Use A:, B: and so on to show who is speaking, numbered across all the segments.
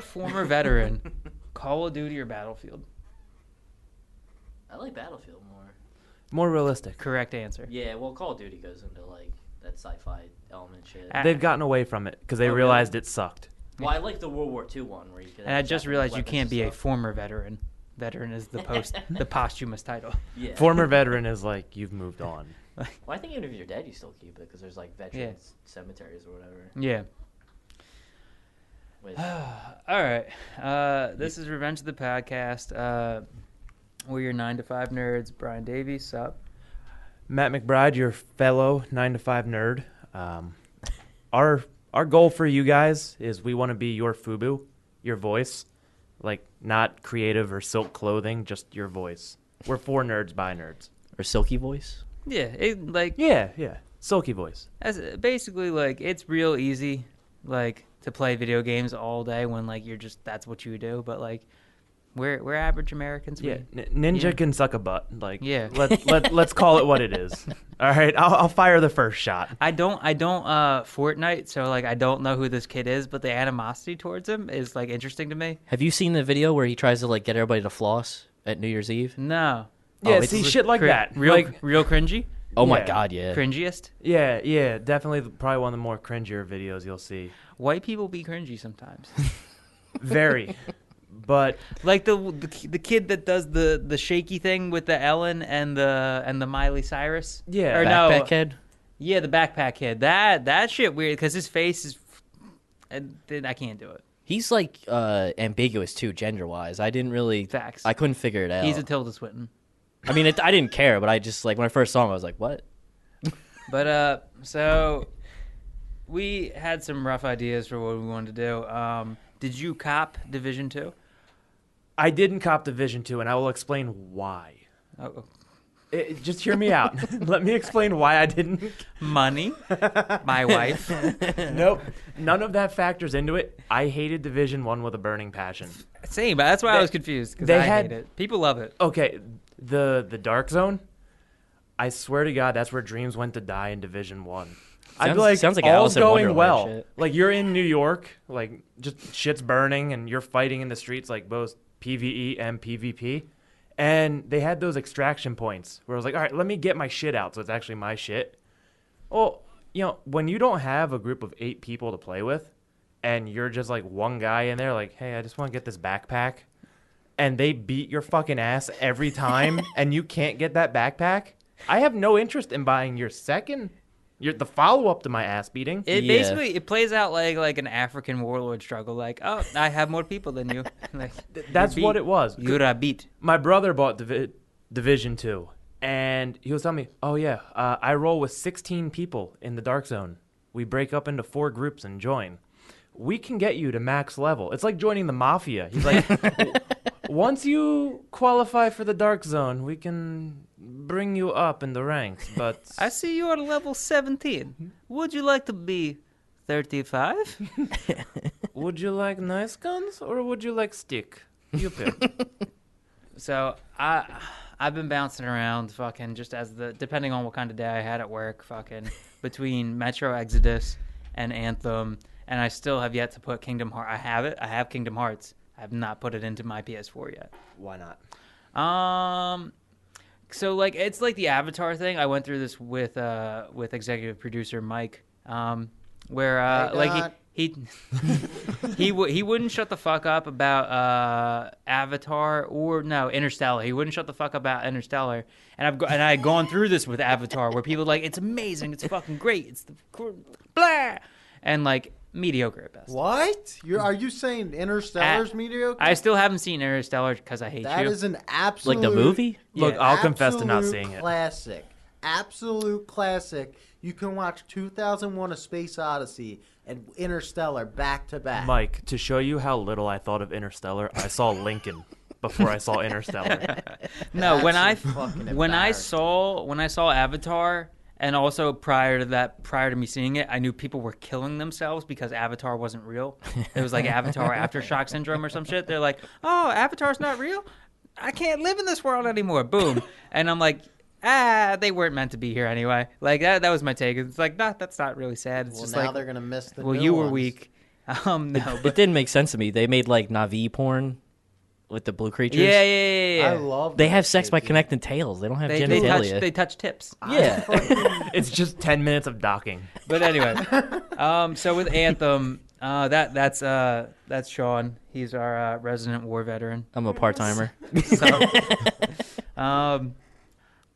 A: former veteran, Call of Duty or Battlefield?
B: I like Battlefield more.
C: More realistic.
A: Correct answer.
B: Yeah, well, Call of Duty goes into like that sci-fi element shit.
A: I-
C: They've gotten away from it because they
B: Oh, really?
C: realized it sucked.
B: well, I like the World War II one where you could.
A: And I just realized you can't be a
B: full
A: former veteran. Veteran is the post the posthumous title.
B: yeah.
C: Former veteran is like you've moved on.
B: Well, I think even if you're dead, you still keep it because there's like veterans cemeteries or whatever.
A: Yeah.
B: Which,
A: All right. Uh, this is Revenge of the Podcast. Uh, we're your nine to five nerds. Brian Davies, sup.
C: Matt McBride, your fellow nine to five nerd. Um, our our goal for you guys is we want to be your FUBU, your voice, like not creative or silk clothing, just your voice. We're for nerds by nerds.
D: Or silky voice.
A: Yeah. It, like
C: Yeah, yeah, silky voice.
A: As basically like it's real easy like to play video games all day when like you're just that's what you do, but like we're we're average Americans.
C: Yeah,
A: We,
C: N- ninja
A: Yeah.
C: can suck a butt. Like
A: Yeah.
C: let let let's call it what it is. All right, I'll, I'll fire the first shot.
A: I don't I don't uh Fortnite, so like I don't know who this kid is, but the animosity towards him is like interesting to me.
D: Have you seen the video where he tries to like get everybody to floss at New Year's Eve?
A: No.
C: Yeah,
D: it's
C: see
D: re-
C: shit like
A: Cri-
C: that.
A: Real
C: Like-
A: real cringy?
D: Oh my
C: Yeah.
D: god, yeah.
A: Cringiest?
C: yeah, yeah, definitely the- probably one of the more cringier videos you'll see.
A: White people be cringy sometimes.
C: Very, but
A: like the, the ki- the kid that does the the shaky thing with the Ellen and the and the Miley Cyrus.
C: Yeah.
A: Or no,
D: Backpack head.
A: Yeah, the backpack kid. That that shit weird because his face is, and then I can't do it.
D: He's like uh ambiguous too, gender wise. I didn't really
A: Facts.
D: I couldn't figure it out.
A: He's a Tilda Swinton.
D: I mean, it, I didn't care, but I just like when I first saw him, I was like, "What?"
A: But uh, so we had some rough ideas for what we wanted to do. Um, did you cop Division Two?
C: I didn't cop Division Two, and I will explain why.
A: Oh,
C: It, just hear me out. Let me explain why I didn't.
A: money, my wife.
C: Nope, none of that factors into it. I hated Division One with a burning passion.
A: Same, but that's why I
C: They-
A: was confused because
C: they
A: I
C: had-
A: hate it. People love it.
C: Okay, the the Dark Zone. I swear to God, that's where dreams went to die in Division One. I'd
D: Sounds-
C: be like,
D: sounds like Alice
C: all's
D: in
C: going
D: Wonderland
C: well.
D: shit.
C: Like you're in New York, like just shit's burning, and you're fighting in the streets, like both PVE and PvP. And they had those extraction points where I was like, all right, let me get my shit out, so it's actually my shit. Well, you know, when you don't have a group of eight people to play with, and you're just like one guy in there, like, hey, I just want to get this backpack, and they beat your fucking ass every time, and you can't get that backpack. I have no interest in buying your second, your the follow up to my ass beating.
A: It
D: Yeah.
A: basically it plays out like like an African warlord struggle. Like, oh, I have more people than you. like,
C: That's
A: you're
C: what
A: beat.
C: it was.
A: You're a beat.
C: my brother bought Divi- Division Two, and he was telling me, "Oh yeah, uh, I roll with 16 people in the Dark Zone. We break up into four groups and join. We can get you to max level. It's like joining the mafia." He's like, "W- "Once you qualify for the Dark Zone, we can bring you up in the ranks." But
A: I see you are level 17. Would you like to be 35?
C: would you like nice guns or would you like stick? You pick.
A: So I, I've been bouncing around, fucking, just as the depending on what kind of day I had at work, fucking, between Metro Exodus and Anthem, and I still have yet to put Kingdom Hearts. I have it. I have Kingdom Hearts. I have not put it into my PS4 yet.
C: Why not?
A: Um so like it's like the avatar thing. I went through this with uh with executive producer Mike um where uh like he he he, w- he wouldn't shut the fuck up about uh Avatar or no Interstellar. He wouldn't shut the fuck up about Interstellar. And I've go- and I had gone through this with Avatar where people are like it's amazing, it's fucking great, it's the gr- blah and like mediocre at best.
E: What? You're, are you saying Interstellar's
A: I-
E: mediocre?
A: I still haven't seen Interstellar because I hate
E: That
A: you.
E: is an absolute
D: Like the movie?
C: Look,
A: Yeah.
C: I'll confess to not
E: absolute
C: seeing it.
E: Classic, absolute classic. You can watch 2001: A Space Odyssey and Interstellar back to back.
C: Mike, to show you how little I thought of Interstellar, I saw Lincoln before I saw Interstellar.
A: No, when I
E: That's fucking
A: when I
E: embarrassing.
A: saw when I saw Avatar, and also prior to that, prior to me seeing it, I knew people were killing themselves because Avatar wasn't real. It was like Avatar aftershock syndrome or some shit. They're like, "Oh, Avatar's not real. I can't live in this world anymore." Boom, and I'm like. Ah, they weren't meant to be here anyway. Like that—that was my take. It's like, nah, that's not really sad. It's
E: Well,
A: just
E: now
A: like,
E: they're gonna miss the.
A: well,
E: new
A: you were
E: ones.
A: weak. Um, no,
D: It
A: but
D: didn't make sense to me. They made like Navi porn with the blue creatures.
A: yeah, yeah, yeah, yeah.
E: I love.
D: They
E: that
D: have sex by
E: shit, dude.
D: connecting tails. They don't have
A: they, they touch
D: genitalia.
A: they touch tips.
D: yeah.
C: It's just ten minutes of docking.
A: But anyway, um, so with Anthem, uh, that that's uh, that's Sean. He's our uh, resident war veteran.
D: I'm a part timer.
A: Um,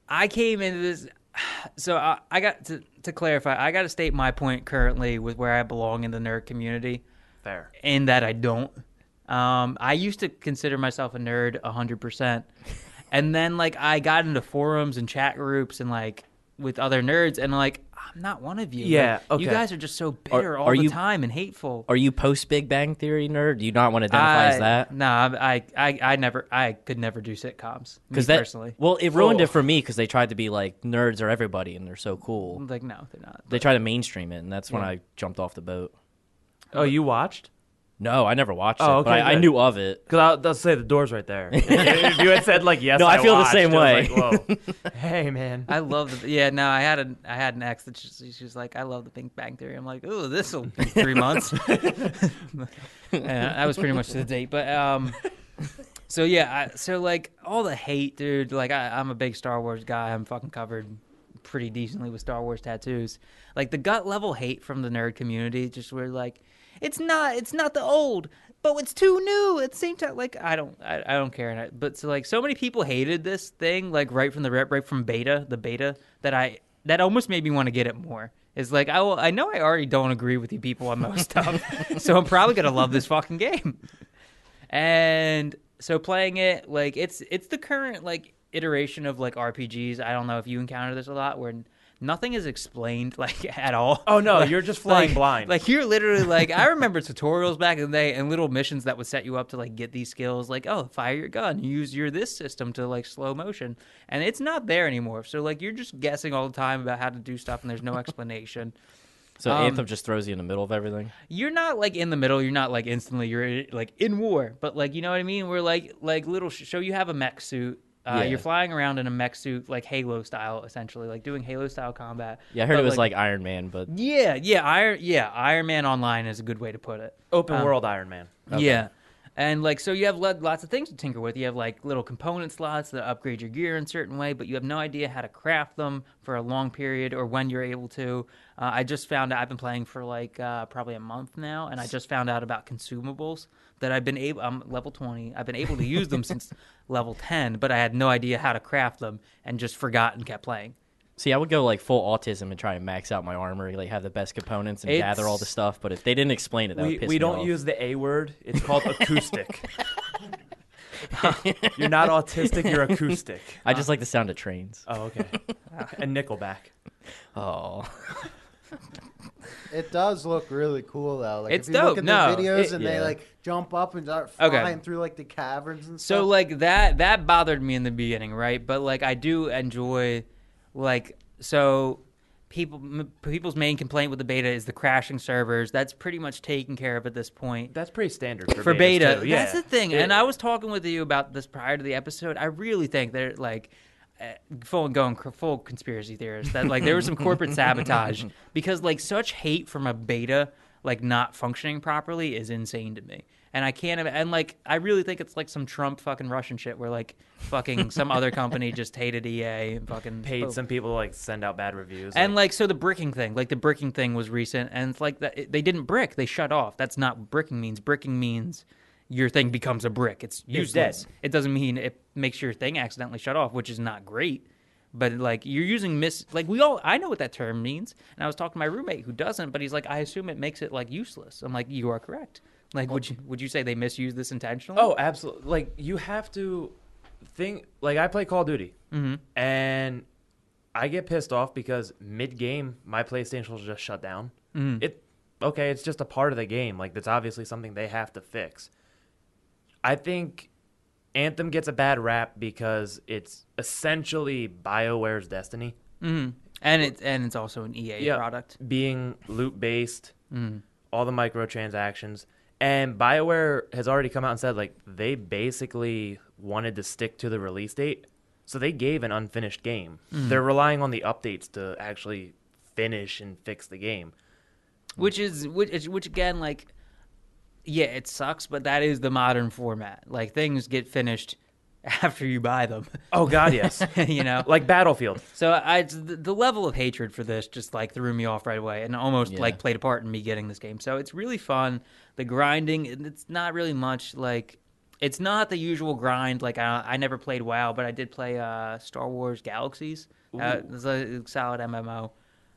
A: I came into this, so I, I got to to clarify. I got to state my point currently with where I belong in the nerd community,
C: Fair.
A: in that I don't. Um, I used to consider myself a nerd hundred percent, and then like I got into forums and chat groups and like with other nerds, and like I'm not one of you.
C: Yeah,
A: Like, you
C: okay.
A: guys are just so bitter all
D: are
A: the
D: you-
A: time and hateful.
D: Are you post Big Bang Theory nerd? Do you not want to identify as that?
A: No, I, I, I, I never, I could never do sitcoms. Because
D: Because that
A: personally,
D: well, it ruined it for me because they tried to be like nerds are everybody and they're so cool.
A: like, no, they're not.
D: They tried to mainstream it, and that's when
A: Yeah.
D: I jumped off the boat.
C: Oh, you watched?
D: No, I never watched
C: Oh,
D: it,
C: okay,
D: but I, I
C: good.
D: knew of it.
C: Because I'll, I'll say the door's right there. if you had said like yes,
D: No, I feel the
C: watched,
D: same
C: I was like, Whoa. hey, man.
A: I love the yeah. No, I had an I had an ex that she, she was like, I love the Big Bang Theory. I'm like, ooh, this will be three months. and that was pretty much the date. But um, so yeah, I, so like all the hate, dude. Like I, I'm a big Star Wars guy. I'm fucking covered pretty decently with Star Wars tattoos. Like the gut level hate from the nerd community, just where like. It's not. It's not the old, but it's too new at the same time. Like I don't. I, I don't care. And I, but so like so many people hated this thing. Like right from the rep, right from beta, the beta that I that almost made me want to get it more. Is like I will, I know I already don't agree with you people on most stuff, so I'm probably gonna love this fucking game and so playing it like it's it's the current like iteration of like rpgs i don't know if you encounter this a lot where n- nothing is explained like at all
C: Oh, no,
A: Like-
C: you're just flying
A: like-
C: blind.
A: like you're literally like i remember tutorials back in the day and little missions that would set you up to like get these skills like oh fire your gun use your this system to like slow motion and it's not there anymore so like you're just guessing all the time about how to do stuff and there's no explanation
D: So
A: Um,
D: Anthem just throws you in the middle of everything.
A: you're not like in the middle. You're not like instantly. You're like in war, but like you know what I mean. We're like like little. Sh- so you have a mech suit. Uh,
D: Yeah.
A: You're flying around in a mech suit, like Halo style, essentially, like doing Halo style combat.
D: Yeah, I heard
A: But,
D: it was like, Iron Man, but
A: yeah, yeah, Iron, yeah, Iron Man Online is a good way to put it.
C: Open
D: um,
C: world Iron Man.
A: Yeah. And like so you have lo- lots of things to tinker with. You have like little component slots that upgrade your gear in a certain way, but you have no idea how to craft them for a long period or when you're able to. Uh, I just found out I've been playing for like uh, probably a month now, and I just found out about consumables that I've been able. I'm level twenty. I've been able to use them since level ten, but I had no idea how to craft them and just forgot and kept playing.
D: see, I would go like full autism and try and max out my armor, like have the best components and gather all the
A: It's-
D: stuff. But if they didn't explain it, that
C: We,
D: would piss
C: we
D: me
C: don't
D: off.
C: use the A word. It's called acoustic. you're not autistic. You're acoustic.
D: I just like the sound of trains.
C: Oh, okay. And Nickelback.
D: Oh,
E: It does look really cool though. Like
A: It's
E: if you
A: dope.
E: look at their
A: No,
E: videos
A: it-
E: and they
D: yeah.
E: like jump up and start
A: Okay.
E: flying through like the caverns and stuff.
A: So like that that bothered me in the beginning, right? But like I do enjoy like so people m- people's main complaint with the beta is the crashing servers. That's pretty much taken care of at this point.
C: That's pretty standard for,
A: For beta,
C: betas, too, Yeah.
A: that's the thing.
C: It-
A: and I was talking with you about this prior to the episode. I really think that like uh, full going cr- full conspiracy theorist that like there was some corporate sabotage because like such hate from a beta like not functioning properly is insane to me. And I can't and like I really think it's like some Trump fucking Russian shit where like fucking some other company just hated EA and fucking
C: paid
A: boom.
C: some people to like send out bad reviews.
A: And like so, the bricking thing, like the bricking thing was recent, and it's like that it- they didn't brick; they shut off. That's not what bricking means. Bricking means your thing becomes a brick. It's useless.
C: dead.
A: It doesn't mean it makes your thing accidentally shut off, which is not great. But like you're using mis like we all I know what that term means, and I was talking to my roommate who doesn't, but he's like I assume it makes it like useless. I'm like you are correct. Like would you would you say they misuse this intentionally?
C: Oh, absolutely. Like you have to think. Like I play Call of Duty, and I get pissed off because mid game my PlayStation will just shut down. It okay, it's just a part of the game. Like that's obviously something they have to fix. I think Anthem gets a bad rap because it's essentially BioWare's Destiny,
A: and it's and it's also an EA
C: Yeah.
A: product.
C: being loot based, all the microtransactions. And BioWare has already come out and said like they basically wanted to stick to the release date. So they gave an unfinished game. They're relying on the updates to actually finish and fix the game.
A: which is which, is- which again like yeah, it sucks, but that is the modern format. Like things get finished after you buy them.
C: Oh God, yes.
A: you know,
C: like Battlefield.
A: so I it's- the the level of hatred for this just like threw me off right away, and almost
D: Yeah.
A: like played a part in me getting this game. So it's really fun. The grinding, and it's not really much like. It's not the usual grind. Like I, I never played WoW, but I did play uh, Star Wars Galaxies. Uh, it's a solid MMO.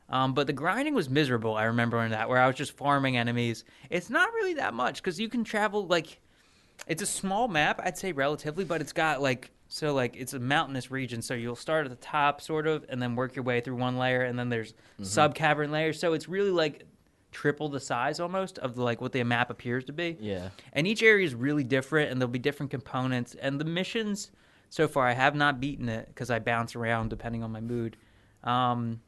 A: Um, but the grinding was miserable. I remember in that where I was just farming enemies. It's not really that much because you can travel like it's a small map, I'd say relatively, but it's got like so like it's a mountainous region, so you'll start at the top sort of and then work your way through one layer and then there's sub cavern layers. So it's really like triple the size almost of like what the map appears to be.
D: Yeah.
A: And each area is really different and there'll be different components and the missions so far I have not beaten it cuz I bounce around depending on my mood. Um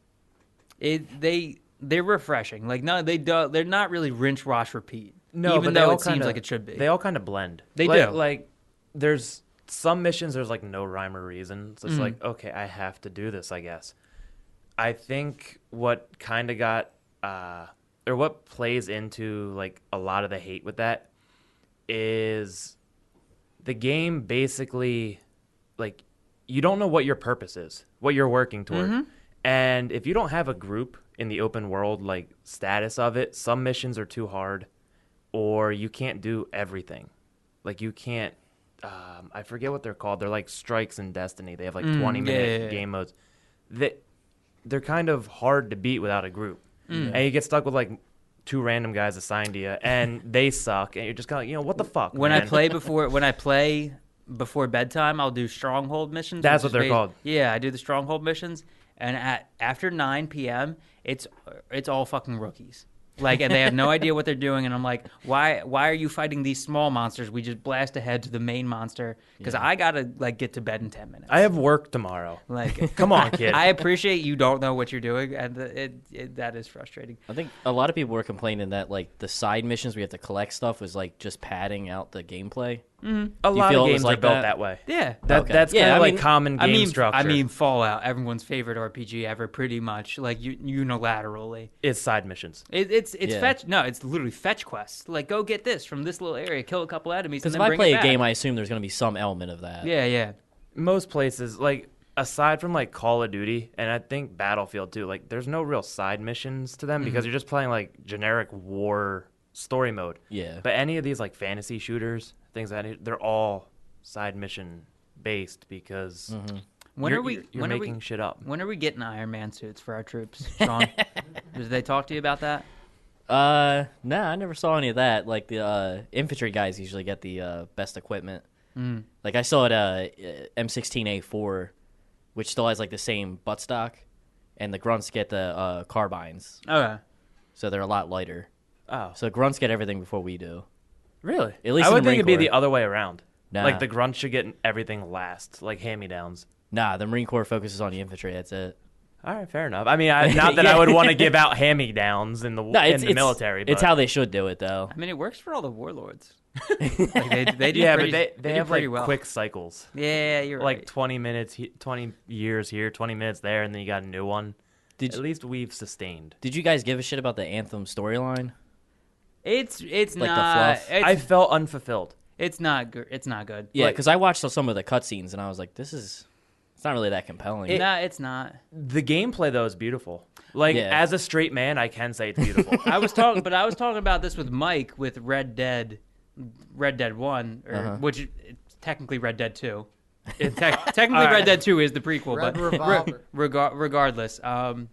A: it they they're refreshing. Like no they do, they're not really rinse wash repeat.
C: No,
A: even
C: but they
A: though
C: all
A: it seems
C: kinda-
A: like it should be.
C: They all kind of blend.
A: They
C: like,
A: do.
C: Like there's some missions there's like no rhyme or reason. So it's
A: Mm.
C: like okay, I have to do this, I guess. I think what kind of got uh or what plays into like a lot of the hate with that is the game basically like you don't know what your purpose is, what you're working toward.
A: Mm-hmm.
C: And if you don't have a group in the open world like status of it, some missions are too hard or you can't do everything. Like you can't um, I forget what they're called. They're like strikes in Destiny. They have like 20 minute
A: Mm, yeah, yeah, yeah.
C: game modes. That they're kind of hard to beat without a group. And you get stuck with like two random guys assigned to you and they suck and you're just kind of like, you know, what the fuck?
A: when I
C: man?
A: play before when I play before bedtime, I'll do stronghold missions.
C: That's
A: which
C: what
A: is
C: they're called.
A: Yeah, I do the stronghold missions, and at after nine p.m., it's it's all fucking rookies. Like and they have no idea what they're doing, and I'm like, why why are you fighting these small monsters? We just blast ahead to the main monster because I gotta like get to bed in ten minutes.
C: I have work tomorrow.
A: like
C: Come on, kid.
A: I appreciate you don't know what you're doing, and the, it, it, that is frustrating.
D: I think a lot of people were complaining that like the side missions we have to collect stuff was like just padding out the gameplay.
C: a
D: you
C: lot
D: feel
C: of
D: it was
C: games are
D: like
C: built that,
D: that?
C: way.
A: Yeah,
C: That,
D: Okay.
C: That's
D: Yeah,
C: kind of
D: I
C: like
D: mean-
C: common game
A: I mean,
C: structure.
A: I mean, Fallout, everyone's favorite RPG ever, pretty much, like u- unilaterally.
C: it's side missions.
A: It, it's it's
D: Yeah.
A: fetch. No, it's literally fetch quests. Like, go get this from this little area, kill a couple enemies, and
D: Because
A: then
D: if I
A: bring
D: play
A: it
D: a
A: back.
D: game, I assume there's going to be some element of that.
A: yeah, yeah,
C: Most places, like aside from like Call of Duty and I think Battlefield too, like there's no real side missions to them
D: Mm-hmm.
C: because you're just playing like generic war story mode.
D: Yeah.
C: But any of these like fantasy shooters, things that they're all side mission based because
D: Mm-hmm.
A: When
C: you're,
A: are we-
C: you're- you're
A: when are we-
C: making shit up.
A: When are we getting Iron Man suits for our troops, Sean? Did they talk to you about that?
D: Uh, no, I never saw any of that. Like the uh, infantry guys usually get the uh, best equipment. Mm. Like I saw it, uh, M16A4, which still has like the same buttstock, and the grunts get the uh, carbines,
A: Okay.
D: so they're a lot lighter.
C: Oh,
D: So grunts get everything before we do.
C: really?
D: At least
C: I
D: in
C: would
D: the
C: think
D: Marine
C: it'd be
D: Corps.
C: the other way around.
D: Nah.
C: Like the grunt should get everything last, like hand me downs.
D: Nah, the Marine Corps focuses on the infantry. That's it.
C: All right, fair enough. I mean, I, not that I would want to give out hand-me-downs in the
D: No, it's
C: in the
D: it's-
C: military. But,
D: It's how they should do it, though.
A: I mean, it works for all the warlords. Like, they, they do
C: yeah,
A: pretty,
C: but they they,
A: do
C: have
A: pretty
C: like
A: well.
C: quick cycles,
A: Yeah, you're
C: like
A: right.
C: twenty minutes, he- twenty years here, twenty minutes there, and then you got a new one.
D: Did
C: At
D: you-
C: least we've sustained.
D: Did you guys give a shit about the Anthem storyline?
A: It's it's
D: Like the
A: not
D: fluff.
A: it's,
C: I felt unfulfilled.
A: it's not good. It's not good.
D: Yeah,
A: Like,
D: because I watched some of the cutscenes and I was like, this is. It's not really that compelling.
A: nah, it's not.
C: The gameplay though is beautiful. Like
D: Yeah.
C: as a straight man, I can say it's beautiful.
A: I was talking, but I was talking about this with Mike with Red Dead, Red Dead One, or which it's technically Red Dead Two. It tec- technically,
C: All right.
A: Red Dead Two is the prequel,
E: Red
A: but re-
E: Revolver.
A: regar- regardless, um,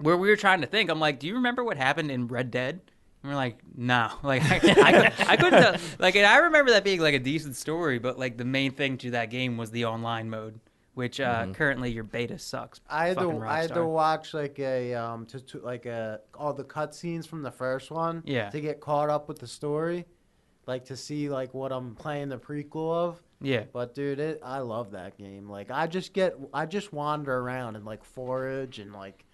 A: where we were trying to think, I'm like, do you remember what happened in Red Dead? And we're like, no, like I, I, could, I couldn't. Tell, like, and I remember that being like a decent story, but like the main thing to that game was the online mode, which uh, currently your beta sucks.
E: I had
A: fucking
E: to I had to
A: Rockstar.
E: watch like a um to, to like a all the cutscenes from the first one
A: Yeah.
E: to get caught up with the story, like to see like what I'm playing the prequel of.
A: Yeah.
E: But dude, it, I love that game. Like I just get I just wander around and like forage and like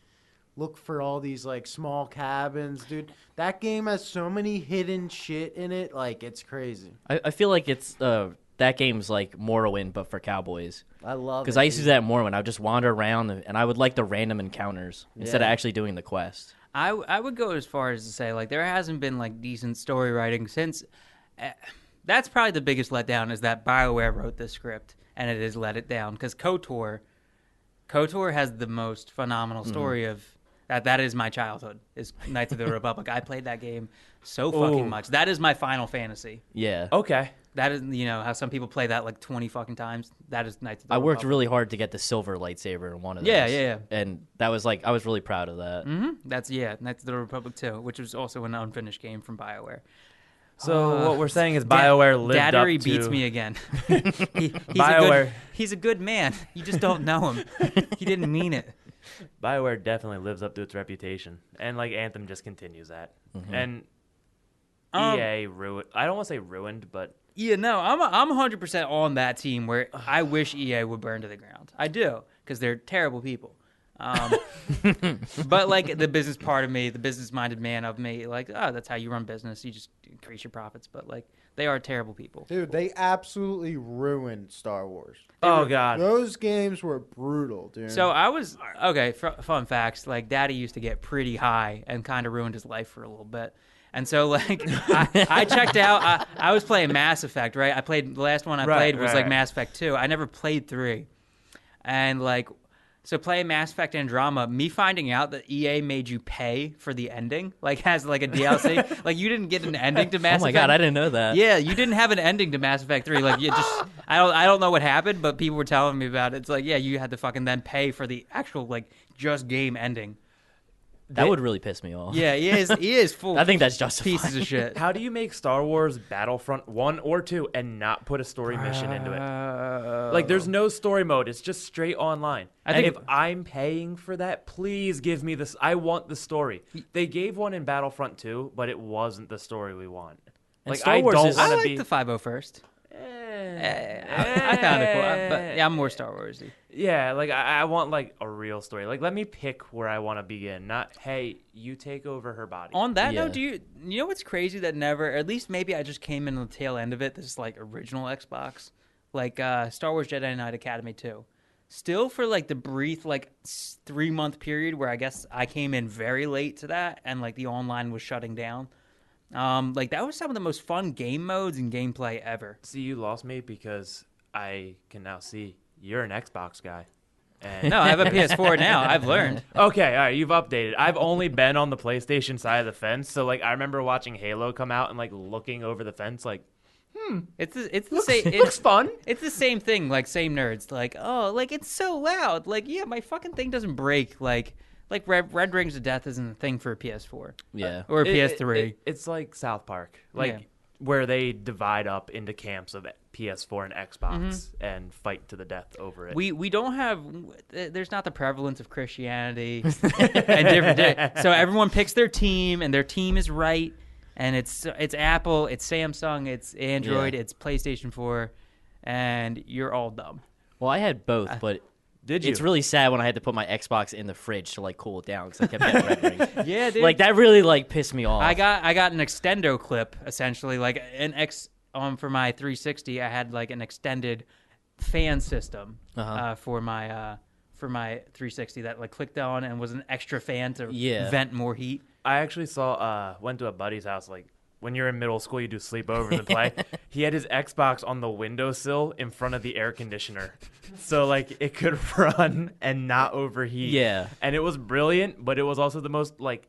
E: look for all these like small cabins, dude. That game has so many hidden shit in it, like it's crazy.
D: I, I feel like it's uh, that game's like Morrowind, but for cowboys.
E: I
A: Oh,
E: love
D: Because
E: it,
D: I used to
E: dude.
D: do that in Morrowind. I would just wander around and, and I would like the random encounters instead of
E: Yeah.
D: actually doing the quest.
A: I w- I would go as far as to say like there hasn't been like decent story writing since. Uh, that's probably the biggest letdown is that Bioware wrote this script and it has let it down because Kotor, Kotor has the most phenomenal
D: Mm-hmm.
A: story of that. That is my childhood. Is Knights of the Republic. I played that game so fucking
C: Ooh.
A: much. That is my Final Fantasy.
D: Yeah.
C: Okay.
A: That is you know how some people play that like twenty fucking times. That is Knights of the
D: I worked
A: Republic.
D: really hard to get the silver lightsaber in one of those.
A: Oh, Yeah, yeah, yeah.
D: And that was like I was really proud of that. Oh
A: hmm That's yeah, Knights of the Republic too, which was also an unfinished game from Bioware.
C: So
A: Uh,
C: what we're saying is
A: Da-
C: BioWare lived up
A: Daddery
C: to
A: beats me again. He- he's A
C: BioWare.
A: good, he's a good man. You just don't know him. he didn't mean it.
C: BioWare definitely lives up to its reputation, and like Anthem just continues that. And
A: Um,
C: EA ruined. I don't want to say ruined, but
A: Yeah, no, I'm I'm 100% on that team where I wish EA would burn to the ground. I do because they're terrible people. Um, but like the business part of me, the business-minded man of me, like oh, that's how you run business. You just increase your profits. But like they are terrible people.
E: Dude, they absolutely ruined Star Wars.
C: oh god,
E: Those games were brutal, dude.
A: So I was okay. F- fun facts: like Daddy used to get pretty high and kind of ruined his life for a little bit. And so like I, I checked out. I, I was playing Mass Effect, right? I played the last one I
C: Right,
A: played was
C: right,
A: like
C: right.
A: Mass Effect Two. I never played three, and like so playing Mass Effect Andromeda. Me finding out that EA made you pay for the ending, like has like a DLC, like you didn't get an ending to Mass
D: oh my
A: Effect.
D: god, I didn't know that.
A: Yeah, you didn't have an ending to Mass Effect Three. Like, you just I don't I don't know what happened, but people were telling me about it. It's like, yeah, you had to fucking then pay for the actual like just game ending.
D: That would really piss me off.
A: Yeah, he is he is full.
D: I think that's justified.
A: pieces of shit.
C: how do you make Star Wars Battlefront one or two and not put a story mission into it?
A: Uh,
C: Like, there's no story mode. It's just straight online.
A: I
C: and
A: think-
C: if I'm paying for that, please give me this. I want the story. They gave one in Battlefront 2, but it wasn't the story we want.
D: And
C: like,
D: Star
C: I
D: Wars
C: don't
D: is-
A: I
C: want
A: like
C: to be.
A: the 501st.
C: Eh,
A: I, I found it cool, I- but yeah, I'm more Star Warsy.
C: yeah, like I, I want like a real story. Like, let me pick where I want to begin. Not hey, you take over her body.
A: On that
D: Yeah.
A: note, do you you know what's crazy that never, or at least maybe I just came in on the tail end of it. This is like original Xbox, like uh, Star Wars Jedi Knight Academy two. Still for like the brief like three month period where I guess I came in very late to that, and like the online was shutting down. Um, like that was some of the most fun game modes and gameplay ever.
C: see, you lost me because I can now see you're an Xbox guy. And
A: No, I have a PS4 now. I've learned.
C: Okay, all right, you've updated. I've only been on the PlayStation side of the fence, so like I remember watching Halo come out and like looking over the fence, like
A: It's the, it's the same.
C: looks
A: It's,
C: fun.
A: it's the same thing. Like same nerds. Like oh, like it's so loud. Like yeah, my fucking thing doesn't break. Like like Red, Red Rings of Death isn't a thing for a PS4
D: Yeah.
A: or a
C: It- it-
A: PS3.
C: it- it's like South Park, like
A: Yeah.
C: where they divide up into camps of PS4 and Xbox
A: Mm-hmm.
C: and fight to the death over it.
A: we we don't have. There's not the prevalence of Christianity and different. di- So everyone picks their team, and their team is right. And it's it's Apple, it's Samsung, it's Android,
D: Yeah.
A: it's PlayStation 4, and you're all dumb.
D: Well, I had both,
A: Uh,
D: but
C: Did you?
D: it's really sad when I had to put my Xbox in the fridge to like cool it down because I kept getting red rings.
A: Yeah, dude.
D: Like that really like pissed me off.
A: I got I got an extendo clip essentially, like an X um for my 360. I had like an extended fan system uh
D: Uh-huh.
A: for my uh for my 360 that like clicked on and was an extra fan to
D: Yeah.
A: vent more heat.
C: I actually saw uh went to a buddy's house like when you're in middle school you do sleepovers and play. he had his Xbox on the windowsill in front of the air conditioner. So like it could run and not overheat.
D: Yeah.
C: And it was brilliant, but it was also the most like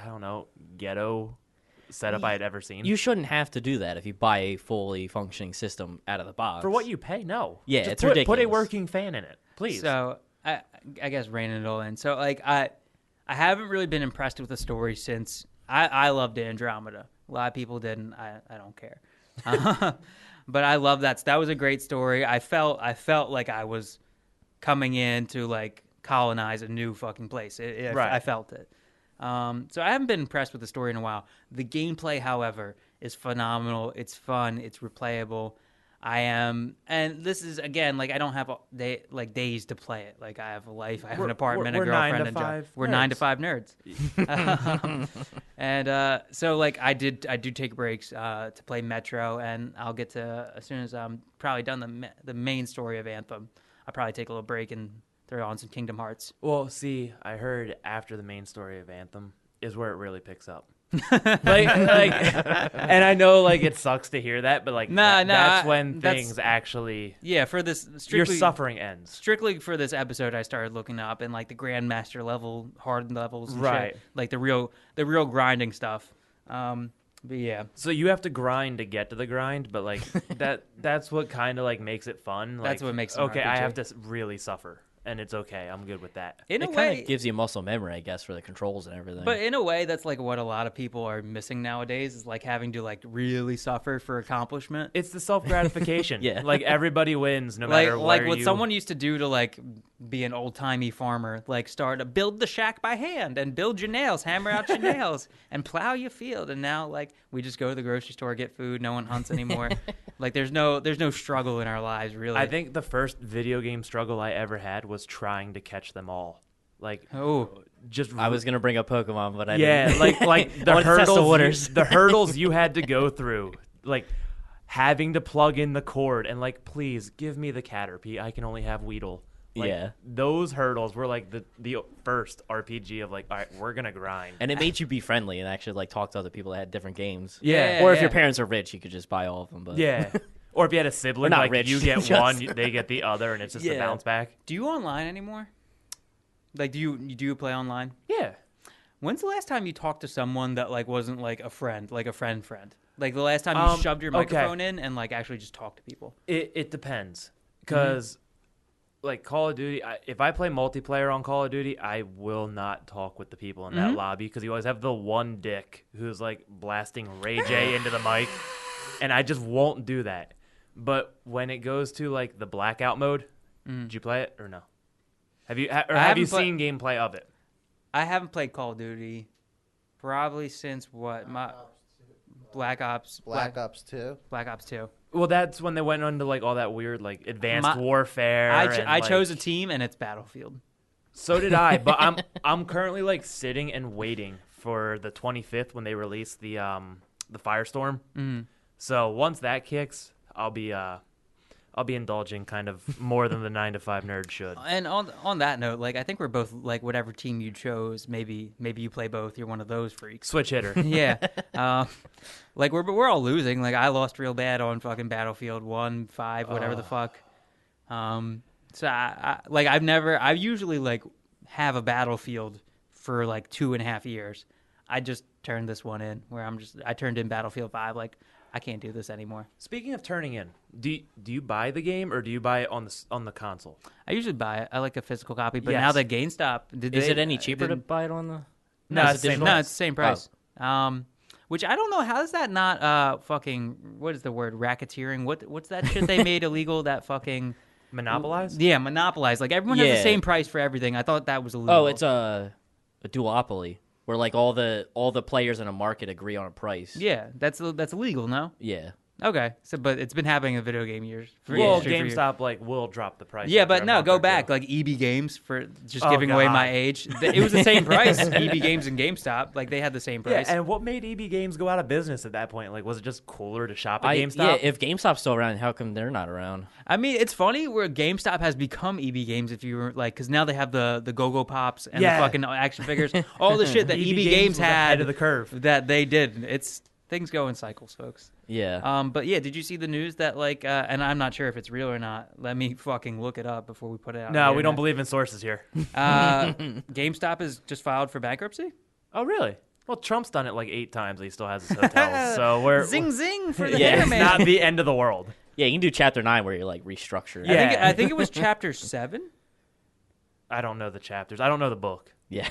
C: I don't know, ghetto setup I had ever seen.
D: you shouldn't have to do that if you buy a fully functioning system out of the box.
C: For what you pay, no.
D: Yeah,
C: Just
D: it's
C: put, Put a
D: ridiculous.
C: working fan in it, please.
A: So I I guess reining it all in. So like I I haven't really been impressed with the story since I I loved Andromeda. A lot of people didn't. I I don't care. but I love that. That was a great story. I felt I felt like I was coming in to like colonize a new fucking place. It, it-
C: Right.
A: I felt it. Um, so I haven't been impressed with the story in a while. The gameplay, however, is phenomenal. It's fun. It's replayable. I am, and this is again like I don't have a day like days to play it. Like I have a life, I have an
C: We're-
A: apartment,
C: we're-
A: a
C: we're nine to
A: girlfriend, and a job.
C: five
A: We're nine to
C: nerds.
A: five nerds. Um, and uh, so like I did, I do take breaks uh, to play Metro, and I'll get to as soon as I'm probably done the ma- the main story of Anthem. I'll probably take a little break and they're on some Kingdom Hearts.
C: Well, see, I heard after the main story of Anthem is where it really picks up. like, like, and I know Oh, like it sucks to hear that, but like,
A: Nah,
C: that-
A: nah,
C: that's
A: I-
C: when
A: that's-
C: things actually
A: Yeah, for this
C: your
A: strictly
C: suffering ends.
A: strictly for this episode, I started looking up and like the grandmaster level hard levels, and
C: Right.
A: Shit, like the real the real grinding stuff. Um, but yeah,
C: So you have to grind to get to the grind, but like that that's what kind of like makes it fun. Like,
A: That's what makes it an
C: okay. I
A: RPG.
C: have to s- really suffer, and it's okay. I'm good with that.
A: in a
D: it kind
A: way,
D: of gives you muscle memory, I guess, for the controls and everything.
A: but in a way, that's like what a lot of people are missing nowadays is like having to like really suffer for accomplishment.
C: It's the self gratification.
D: Yeah.
C: like everybody wins no
A: like
C: matter
A: like
C: where
A: what
C: you-
A: someone used to do to like be an old timey farmer, like start to build the shack by hand and build your nails, hammer out your nails, and plow your field. And now like we just go to the grocery store, get food, no one hunts anymore. like there's no there's no struggle in our lives really.
C: I think the first video game struggle I ever had was trying to catch them all. Like
A: Oh,
C: just
D: I was gonna bring up Pokemon, but I
C: yeah,
D: didn't.
C: like like
D: I
C: the
D: wanted to test
C: hurdles
D: the
C: you-
D: waters.
C: the hurdles you had to go through, like having to plug in the cord and like please give me the Caterpie, I can only have Weedle. Like,
D: Yeah.
C: those hurdles were like the the first RPG of like, all right, we're gonna grind.
D: and it made you be friendly and actually like talk to other people that had different games.
C: yeah,
A: Yeah.
D: Or if your parents are rich, you could just buy all of them. But
C: yeah. Or if you had a sibling,
D: not
C: like
D: rich,
C: you get
D: just-
C: one, you- they get the other, and it's just a
D: Yeah.
C: bounce back.
A: do you online anymore? Like do you do you play online?
C: Yeah,
A: When's the last time you talked to someone that like wasn't like a friend, like a friend friend? Like the last time you
C: Um,
A: shoved your
C: okay.
A: microphone in and like actually just talked to people.
C: It it depends because like Call of Duty, I, if I play multiplayer on Call of Duty, I will not talk with the people in that lobby because you always have the one dick who's like blasting Ray J into the mic, and I just won't do that. But when it goes to like the blackout mode, did you play it or no? Have you ha- or
A: I
C: have you
A: haven't pla-
C: seen gameplay of it?
A: I haven't played Call of Duty probably since what my Black Ops
E: Black Ops 2.
A: Black Ops Two.
C: Well, that's when they went into like all that weird like advanced
A: My-
C: warfare.
A: I, ch-
C: and,
A: I chose
C: like-
A: a team and it's Battlefield.
C: So did I, but I'm I'm currently like sitting and waiting for the 25th when they release the um the Firestorm. Mm. So once that kicks, I'll be uh I'll be indulging kind of more than the 9 to 5 nerd should.
A: And on on that note, like I think we're both like whatever team you chose. Maybe maybe you play both. You're one of those freaks.
C: Switch hitter.
A: yeah. Um, like we're we're all losing. Like I lost real bad on fucking Battlefield One, Five, whatever the fuck. Um, so I, I like I've never. I usually like have a Battlefield for like two and a half years. I just turned this one in where I'm just I turned in Battlefield Five. Like I can't do this anymore.
C: Speaking of turning in, do you, do you buy the game or do you buy it on the s- on the console?
A: I usually buy it. I like a physical copy, but
C: Yes.
A: now that GameStop did
D: is
A: they-
D: it any
A: uh,
D: cheaper to
A: didn't-
D: buy it on the?
C: No,
D: as
C: it's the same Oh.
D: digital?
A: No, it's the same price. Um, which I don't know. How is that not uh fucking what is the word racketeering? What what's that shit they made illegal? That fucking
C: Monopolize?
A: yeah, monopolized. Like everyone has
D: Yeah.
A: the same price for everything. I thought that was illegal.
D: Oh, it's a, a duopoly where like all the all the players in a market agree on a price.
A: yeah. That's that's illegal. No.
D: Yeah.
A: Okay. So, but it's been happening in video game years. For
C: Well,
A: industry for years.
C: GameStop like will drop the price.
A: Yeah,
C: after
A: but
C: a
A: no,
C: month
A: go
C: or two.
A: back like EB Games for just
C: Oh,
A: giving away
C: God.
A: my age. Th- It was the same price. EB Games and GameStop, like they had the same
C: Yeah,
A: price.
C: and what made EB Games go out of business at that point? Like, was it just cooler to shop at
D: I,
C: GameStop?
D: Yeah. If GameStop's still around, how come they're not around?
A: I mean, it's funny where GameStop has become EB Games. If you were like, because now they have the the Go Go Pops and
C: Yeah. E
A: the fucking action figures, all the shit that EB, Games,
C: was ahead
A: had
C: of the curve.
A: that they did. It's things go in cycles, folks.
D: Yeah.
A: Um, but yeah, did you see the news that like, uh, and I'm not sure if it's real or not. Let me fucking look it up before we put it out.
C: No,
A: on the
C: we don't
A: internet.
C: believe in sources here.
A: Uh, GameStop has just filed for bankruptcy.
C: oh, really? Well, Trump's done it like eight times. and He still has his hotels, so we're
A: Zing zing for the
C: yeah,
A: hair
C: it's
A: man.
C: not the end of the world.
D: yeah. You can do Chapter Nine where you're like restructure.
A: I think,
C: Yeah.
A: I think it was chapter seven.
C: I don't know the chapters. I don't know the book.
D: Yeah.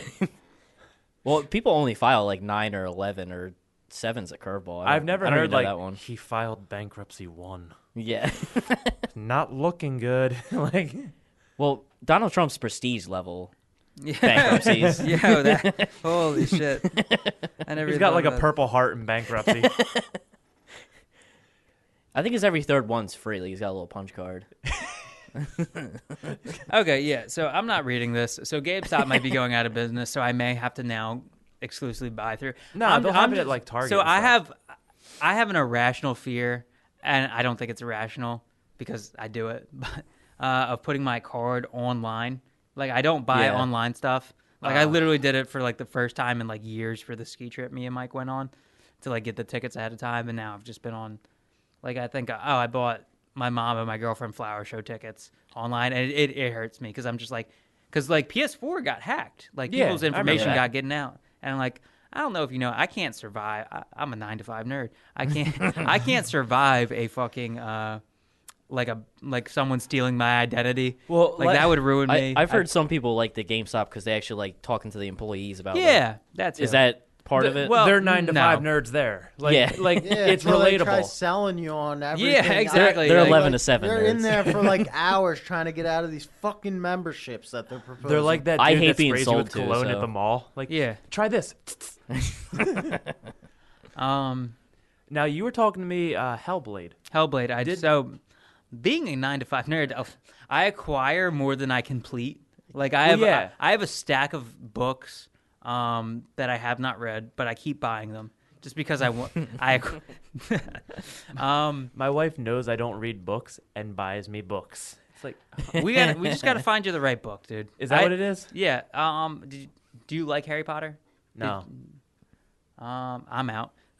D: well, people only file like nine or eleven or seven's a curveball. I don't-
C: I've never
D: I don't
C: heard
D: even know
C: like
D: that one.
C: he filed bankruptcy one.
D: Yeah.
C: Not looking good. like
D: well, Donald Trump's prestige level bankruptcies.
A: Yo, that, holy shit! I never
C: he's
A: even
C: got
A: thought
C: like a
A: about that.
C: purple heart in bankruptcy.
D: I think his every third one's free. Like he's got a little punch card.
A: Okay, yeah. So I'm not reading this. So GameStop might be going out of business, so I may have to now exclusively buy through.
C: No,
A: I'm,
C: they'll have it at, like, Target
A: So
C: and
A: I
C: stuff.
A: have, I have an irrational fear, and I don't think it's irrational because I do it, but uh, of putting my card online. Like I don't buy
D: Yeah.
A: online stuff. Like I
C: Ah.
A: literally did it for like the first time in like years for the ski trip me and Mike went on to like get the tickets ahead of time, and now I've just been on. Like I think oh I bought my mom and my girlfriend flower show tickets online, and it, it, it hurts me because I'm just like because like PS4 got hacked, like
C: Yeah,
A: people's
C: I remember
A: information
D: that.
A: got getting out, and I'm like. I don't know if you know. I can't survive. I, I'm a nine to five nerd. I can't. I can't survive a fucking uh, like a like someone stealing my identity.
D: Well,
A: like,
D: like-
A: that would ruin me.
D: I, have heard some people like the GameStop because they actually like talking to the employees about. like,
A: yeah, that's
D: is that part
A: The-
D: of it?
A: well-
C: They're nine to
A: no.
C: five nerds there. Like,
D: Yeah.
C: like
E: Yeah,
C: it's
E: till They try
C: relatable.
E: selling you on everything.
A: exactly.
D: They're
A: Like-
D: 11 to 7.
E: They're in
D: nerds.
E: there for like hours trying to get out of these fucking memberships that they're proposing.
C: They're like that. Dude
D: I hate
C: that
D: being
C: sprays you
D: sold
C: with
D: to,
C: cologne at
D: so-
C: the mall. Like,
A: Yeah.
C: try this.
A: um
C: Now you were talking to me, uh, Hellblade.
A: Hellblade. I so being a nine to five nerd, oh, I acquire more than I complete. Like I
C: Well,
A: have,
C: yeah.
A: I, I have a stack of books um, that I have not read, but I keep buying them just because I want. I acqu- um,
C: My wife knows I don't read books and buys me books. It's like,
A: we got we just got to find you the right book, dude.
C: is that
A: I-
C: what it is?
A: Yeah. Um. Do you, do you like Harry Potter?
C: No,
A: Um. I'm out.